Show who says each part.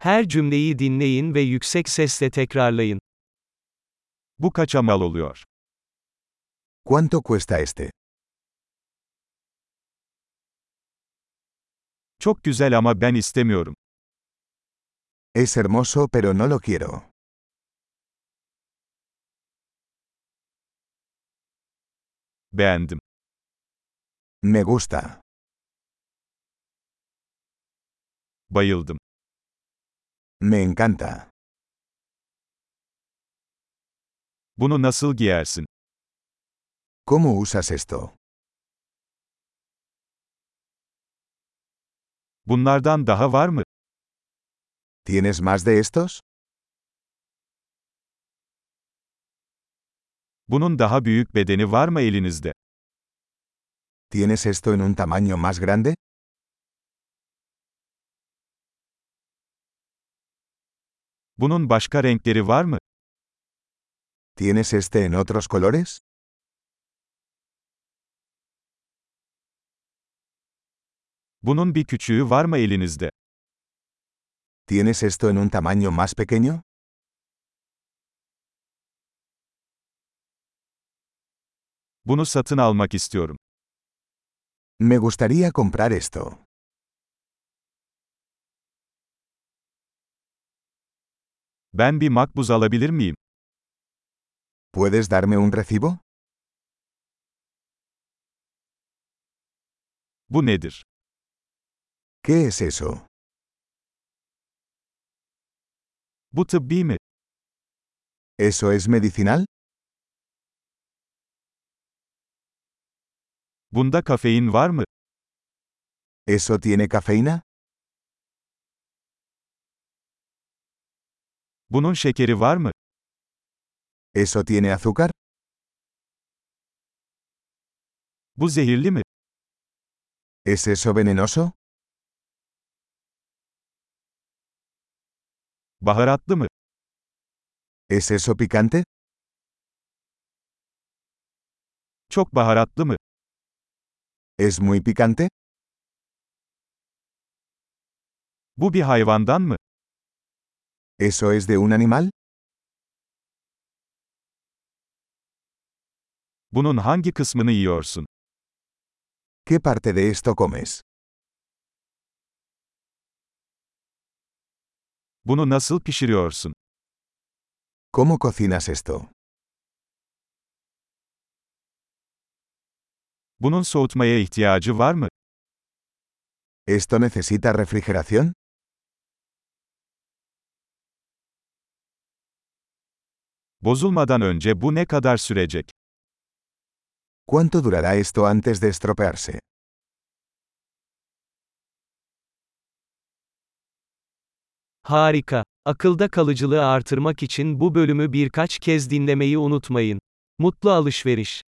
Speaker 1: Her cümleyi dinleyin ve yüksek sesle tekrarlayın.
Speaker 2: Bu kaça mal oluyor?
Speaker 3: ¿Cuánto cuesta este?
Speaker 2: Çok güzel ama ben istemiyorum.
Speaker 3: Es hermoso pero no lo quiero.
Speaker 2: Beğendim.
Speaker 3: Me gusta.
Speaker 2: Bayıldım.
Speaker 3: Me encanta.
Speaker 2: Bunu nasıl giyersin?
Speaker 3: ¿Cómo usas esto?
Speaker 2: Bunlardan daha var mı?
Speaker 3: ¿Tienes más de estos?
Speaker 2: Bunun daha büyük bedeni var mı elinizde?
Speaker 3: ¿Tienes esto en un tamaño más grande?
Speaker 2: Bunun başka renkleri var mı?
Speaker 3: ¿Tienes este en otros colores?
Speaker 2: Bunun bir küçüğü var mı elinizde?
Speaker 3: ¿Tienes esto en un tamaño más pequeño?
Speaker 2: Bunu satın almak istiyorum.
Speaker 3: Me gustaría comprar esto.
Speaker 2: Ben bir makbuz alabilir miyim?
Speaker 3: ¿Puedes darme un recibo?
Speaker 2: Bu nedir?
Speaker 3: ¿Qué es eso?
Speaker 2: Bu tıbbi mi?
Speaker 3: ¿Eso es medicinal?
Speaker 2: Bunda kafein var mı?
Speaker 3: ¿Eso tiene cafeína?
Speaker 2: Bunun şekeri var mı?
Speaker 3: ¿Eso tiene azúcar?
Speaker 2: Bu zehirli mi?
Speaker 3: ¿Es eso venenoso?
Speaker 2: Baharatlı mı?
Speaker 3: ¿Es eso picante?
Speaker 2: Çok baharatlı mı?
Speaker 3: ¿Es muy picante?
Speaker 2: Bu bir hayvandan mı?
Speaker 3: ¿Eso es de un animal?
Speaker 2: Bunun hangi kısmını yiyorsun?
Speaker 3: ¿Qué parte de esto comes?
Speaker 2: Bunu nasıl pişiriyorsun?
Speaker 3: ¿Cómo cocinas esto?
Speaker 2: Bunun soğutmaya ihtiyacı var mı?
Speaker 3: ¿Esto necesita refrigeración?
Speaker 2: Bozulmadan önce bu ne kadar sürecek?
Speaker 3: ¿Cuánto durará esto antes de estropearse?
Speaker 1: Harika. Akılda kalıcılığı artırmak için bu bölümü birkaç kez dinlemeyi unutmayın. Mutlu alışveriş.